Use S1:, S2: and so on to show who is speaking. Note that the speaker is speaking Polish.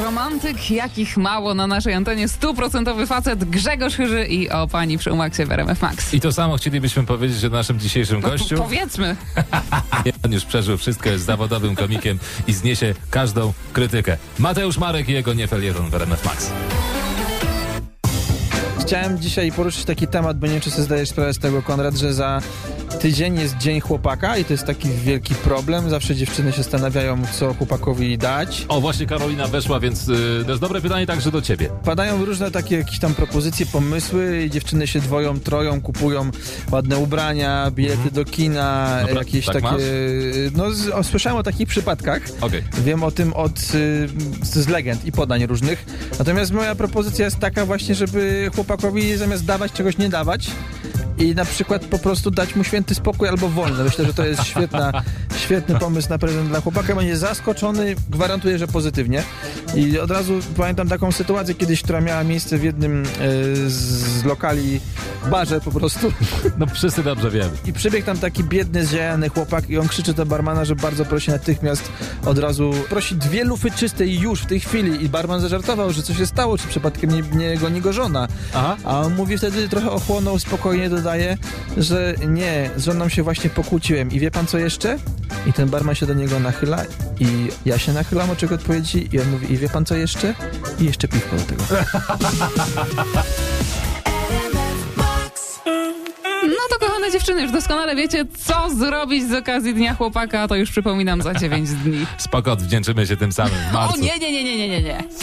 S1: Romantyk, jakich mało na naszej antenie, stuprocentowy facet Grzegorz Chyży i o pani przy Umaksie w RMF Max.
S2: I to samo chcielibyśmy powiedzieć o naszym dzisiejszym
S1: No,
S2: gościu.
S1: po- powiedzmy.
S2: On już przeżył wszystko, jest zawodowym komikiem i zniesie każdą krytykę. Mateusz Marek i jego niefelieton w RMF Max.
S3: Chciałem dzisiaj poruszyć taki temat, bo nie wiem, czy sobie zdajesz sprawę z tego, Konrad, że za tydzień jest Dzień Chłopaka i to jest taki wielki problem. Zawsze dziewczyny się zastanawiają, co chłopakowi dać.
S2: O, właśnie Karolina weszła, więc y, to jest dobre pytanie także do ciebie.
S3: Padają różne takie jakieś tam propozycje, pomysły i dziewczyny się dwoją, troją, kupują ładne ubrania, bilety do kina,
S2: Dobra,
S3: jakieś
S2: Mhm. tak
S3: takie...
S2: masz?
S3: No, z, o, słyszałem o takich przypadkach.
S2: Okej.
S3: Wiem o tym od y, z legend i podań różnych. Natomiast moja propozycja jest taka właśnie, żeby chłopakowi zamiast dawać czegoś nie dawać i na przykład po prostu dać mu święty spokój albo wolny. Myślę, że to jest świetna, świetny pomysł na prezent dla chłopaka. Będzie zaskoczony, gwarantuję, że pozytywnie. I od razu pamiętam taką sytuację kiedyś, która miała miejsce w jednym y, z lokali barze po prostu.
S2: No wszyscy dobrze wiemy.
S3: I przybiegł tam taki biedny, zziajany chłopak i on krzyczy do barmana, że bardzo prosi natychmiast od razu, prosi dwie lufy czystej już w tej chwili i barman zażartował, że co się stało, czy przypadkiem nie, nie goni go żona.
S2: Aha.
S3: A on mówi wtedy trochę ochłonął, spokojnie dodaje, że nie, z żoną się właśnie pokłóciłem i wie pan co jeszcze? I ten barman się do niego nachyla i ja się nachylam od czego odpowiedzi i on mówi i wie pan co jeszcze? I jeszcze piwko do tego.
S1: No to kochane dziewczyny, już doskonale wiecie, co zrobić z okazji Dnia Chłopaka, to już przypominam za 9 dni.
S2: Spoko, odwdzięczymy się tym samym w
S1: O
S2: marcu.
S1: nie, nie, nie, nie, nie, nie, nie.